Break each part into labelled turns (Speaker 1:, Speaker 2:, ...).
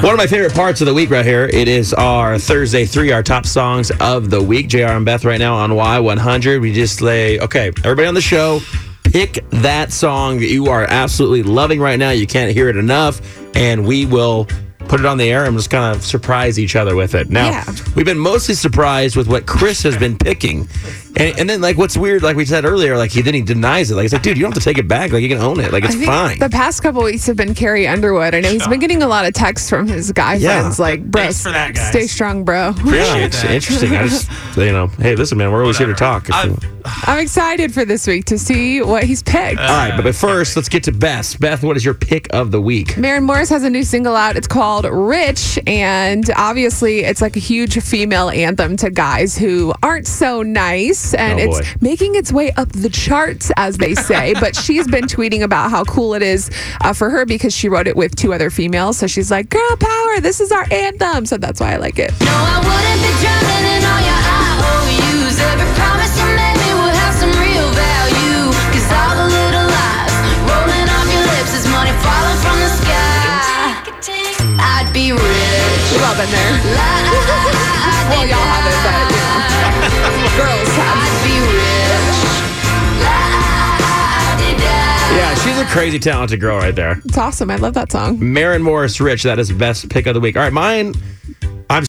Speaker 1: One of my favorite parts of the week right here. It is our Thursday three, our top songs of the week. JR and Beth right now on Y100. We just lay, okay, everybody on the show, pick that song that you are absolutely loving right now. You can't hear it enough, and we will put it on the air and just kind of surprise each other with it. Now,
Speaker 2: Yeah.
Speaker 1: we've been mostly surprised with what Chris has been picking. And, and then, like, what's weird, like we said earlier, like, he then he denies it. Like, it's like, dude, you don't have to take it back. Like, you can own it. Like, it's fine.
Speaker 2: the past couple weeks have been Carrie Underwood. I know he's been getting a lot of texts from his guy
Speaker 1: Yeah.
Speaker 2: friends, like, bro,
Speaker 3: Thanks for that, guys."
Speaker 2: stay strong, bro.
Speaker 1: yeah,
Speaker 3: Appreciate
Speaker 1: it's
Speaker 3: that.
Speaker 1: interesting. I just, you know, hey, listen, man, we're always here to talk. If
Speaker 3: I-
Speaker 1: you-
Speaker 2: I'm excited for this week to see what he's picked.
Speaker 1: All right, but, but first, let's get to Beth. Beth, what is your pick of the week?
Speaker 2: Maren Morris has a new single out. It's called Rich. And obviously, it's like a huge female anthem to guys who aren't so nice. And
Speaker 1: Oh,
Speaker 2: it's
Speaker 1: boy.
Speaker 2: making its way up the charts, as they say. but she's been tweeting about how cool it is uh, for her because she wrote it with two other females. So she's like, girl power, this is our anthem. So that's why I like it.
Speaker 4: No, I wouldn't be drowning in all your IOUs. Every promise you made me will have some real value. 'Cause all the little lies rolling off your lips is money falling from the sky. I'd be rich.
Speaker 2: We've all been there. Well, Oh, y'all haven't, but you know. girls have.
Speaker 4: I'd be rich.
Speaker 1: Yeah, she's a crazy talented girl right there.
Speaker 2: It's awesome. I love that song.
Speaker 1: Marin Morris Rich, that is best pick of the week. All right, mine. I'm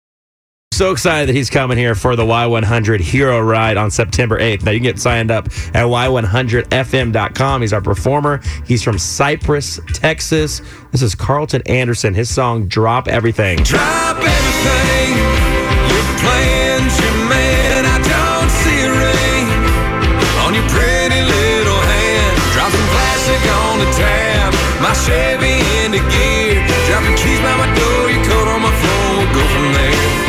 Speaker 1: so excited that he's coming here for the Y100 Hero Ride on September 8th. Now, you can get signed up at Y100FM.com. He's our performer. He's from Cypress, Texas. This is Carlton Anderson. His song, Drop Everything.
Speaker 5: Drop everything. Your plans you made, and I don't see a ring on your pretty little hand. Drop some plastic on the tab. My Chevy into gear. Drop your keys by my door. Your coat on my floor. We'll go from there.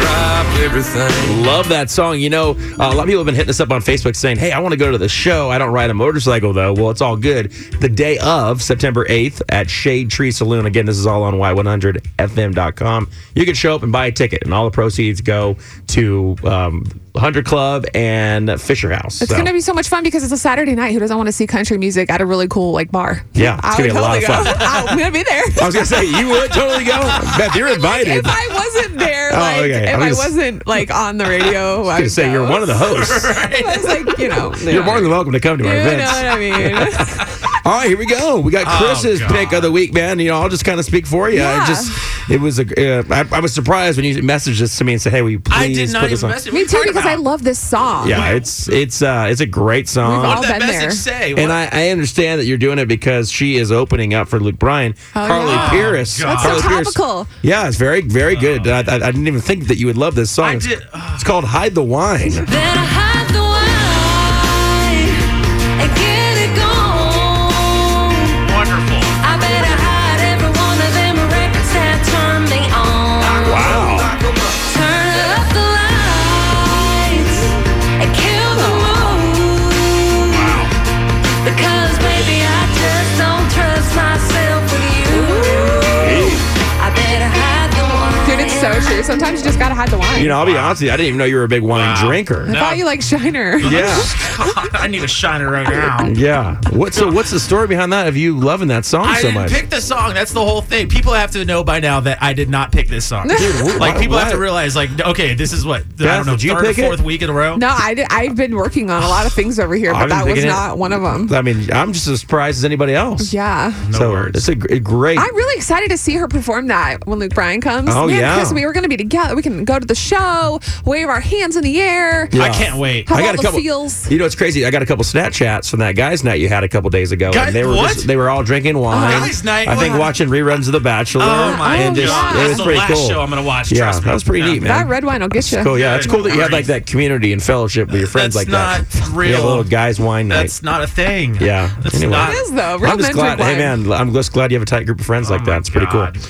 Speaker 5: Drop everything.
Speaker 1: Love that song. You know, uh, a lot of people have been hitting us up on Facebook saying, hey, I want to go to the show. I don't ride a motorcycle, though. Well, it's all good. The day of September 8th at Shade Tree Saloon. Again, this is all on Y100FM.com. You can show up and buy a ticket, and all the proceeds go to um, 100 Club and Fisher House.
Speaker 2: It's
Speaker 1: So,
Speaker 2: going to be so much fun because it's a Saturday night. Who doesn't want to see country music at a really cool like bar?
Speaker 1: Yeah, it's
Speaker 2: I
Speaker 1: gonna
Speaker 2: would
Speaker 1: be a lot of
Speaker 2: totally
Speaker 1: fun.
Speaker 2: go. I'm going to be there.
Speaker 1: I was going to say, you would totally go. Beth, you're invited.
Speaker 2: If I wasn't there,
Speaker 1: Oh,
Speaker 2: like
Speaker 1: okay.
Speaker 2: if
Speaker 1: I'm
Speaker 2: I
Speaker 1: just-
Speaker 2: wasn't like on the radio, I
Speaker 1: I was going
Speaker 2: would
Speaker 1: to say,
Speaker 2: go.
Speaker 1: you're one of the hosts.
Speaker 2: I was like, you know,
Speaker 1: You're more than welcome to come to
Speaker 2: you
Speaker 1: our
Speaker 2: know
Speaker 1: events.
Speaker 2: what I mean.
Speaker 1: All right, here we go. We got
Speaker 3: Oh,
Speaker 1: Chris's
Speaker 3: God.
Speaker 1: pick of the week, man. You know, I'll just kind of speak for you. I
Speaker 2: Yeah.
Speaker 1: just, it was a. Uh, I, I was surprised when you messaged this to me and said, "Hey, will you please
Speaker 3: I did not
Speaker 1: put this
Speaker 3: even
Speaker 1: on?"
Speaker 3: message.
Speaker 2: Me too, because I love this song.
Speaker 1: Yeah, it's it's uh it's a great song.
Speaker 2: We've all
Speaker 3: What did that
Speaker 2: been
Speaker 3: message
Speaker 2: there.
Speaker 3: say?
Speaker 1: and I, I understand that you're doing it because she is opening up for Luke Bryan.
Speaker 2: Oh,
Speaker 1: Carly
Speaker 2: yeah.
Speaker 1: Pierce.
Speaker 3: Oh, God. That's
Speaker 1: Carly
Speaker 2: so
Speaker 1: Pierce.
Speaker 2: topical.
Speaker 1: Yeah, it's very, very good. I, I, I didn't even think that you would love this song.
Speaker 3: I
Speaker 1: It's-
Speaker 3: did- oh.
Speaker 1: It's called Hide the Wine.
Speaker 4: Better hide the wine and get it gone.
Speaker 3: Wonderful.
Speaker 4: I better hide every one of them records that turn me on.
Speaker 1: Wow.
Speaker 4: Turn up the lights and kill the mood. Because baby, I just don't trust myself with you. I better hide the one.
Speaker 2: Dude, it's so true. Sometimes you just gotta hide the wine.
Speaker 1: You know, I'll be honest with you, I didn't even know you were a big wine
Speaker 3: Wow.
Speaker 1: drinker.
Speaker 2: I thought you like Shiner.
Speaker 1: Yeah.
Speaker 3: God, I need a shiner right now.
Speaker 1: Yeah. What, so what's the story behind that of you loving that song
Speaker 3: I
Speaker 1: so
Speaker 3: didn't
Speaker 1: much?
Speaker 3: pick the song. That's the whole thing. People have to know by now that I did not pick this song.
Speaker 1: wh-
Speaker 3: like
Speaker 1: why-
Speaker 3: people have to
Speaker 1: why-
Speaker 3: realize, like, okay, this is what I
Speaker 1: Beth,
Speaker 3: don't know,
Speaker 1: did you
Speaker 3: third or
Speaker 1: pick it?
Speaker 3: fourth week in a row.
Speaker 2: No, I did, I've been working on a lot of things over here,
Speaker 1: I've been
Speaker 2: but that was
Speaker 1: thinking it-
Speaker 2: not one of them.
Speaker 1: I mean, I'm just as surprised as anybody else.
Speaker 2: Yeah.
Speaker 3: No
Speaker 1: so
Speaker 3: words.
Speaker 1: it's a, gr- great.
Speaker 2: I'm really excited to see her perform that when Luke Bryan comes.
Speaker 1: Oh,
Speaker 2: Man,
Speaker 1: yeah.
Speaker 2: Because we were going to be together. We can go to the show, wave our hands in the air.
Speaker 1: Yeah.
Speaker 3: I can't wait.
Speaker 2: How
Speaker 1: I
Speaker 2: all
Speaker 1: got a
Speaker 2: the
Speaker 1: couple.
Speaker 2: feels.
Speaker 1: You know, it's crazy. I got a couple Snapchats from that guys' night you had a couple days ago,
Speaker 3: Guy-
Speaker 1: and they were
Speaker 3: what?
Speaker 1: just- they were all drinking wine.
Speaker 3: Guys' night?
Speaker 1: I think
Speaker 3: Wow.
Speaker 1: watching reruns of The Bachelor.
Speaker 3: Oh my
Speaker 1: and just,
Speaker 3: god!
Speaker 1: It
Speaker 3: That's
Speaker 1: was
Speaker 3: the
Speaker 1: pretty
Speaker 3: last
Speaker 1: cool.
Speaker 3: show I'm gonna watch.
Speaker 1: yeah,
Speaker 3: trust me.
Speaker 1: that was pretty
Speaker 3: Yeah.
Speaker 1: neat,
Speaker 2: That
Speaker 1: man.
Speaker 2: red wine will get you.
Speaker 1: Cool. Yeah, it's
Speaker 3: Good
Speaker 1: cool that you had like
Speaker 3: grief.
Speaker 1: that community and fellowship with your friends
Speaker 3: That's
Speaker 1: like that.
Speaker 3: not
Speaker 1: You have a
Speaker 3: real.
Speaker 1: little guys' wine night.
Speaker 3: That's not a thing.
Speaker 1: Yeah.
Speaker 3: That's
Speaker 1: Anyway.
Speaker 3: not.
Speaker 2: It is, though. Real
Speaker 1: I'm just
Speaker 2: men
Speaker 1: glad.
Speaker 2: drink
Speaker 1: Hey
Speaker 2: wine.
Speaker 1: man, I'm just glad you have a tight group of friends
Speaker 3: Oh
Speaker 1: like
Speaker 3: my
Speaker 1: that. It's pretty
Speaker 3: God.
Speaker 1: cool.